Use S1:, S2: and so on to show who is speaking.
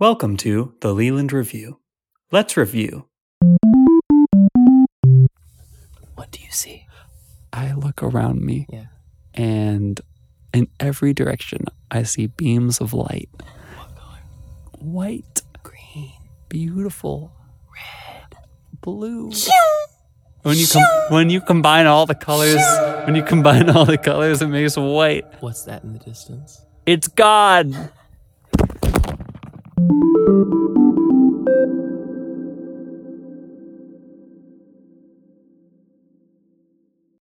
S1: Welcome to the Leland Review. Let's review.
S2: What do you see?
S3: I look around me
S2: Yeah.
S3: and in every direction I see beams of light. White,
S2: Green.
S3: beautiful, red, blue. When you com- when you combine all the colors, when you combine all the colors, it makes white.
S2: What's that in the distance?
S3: It's God.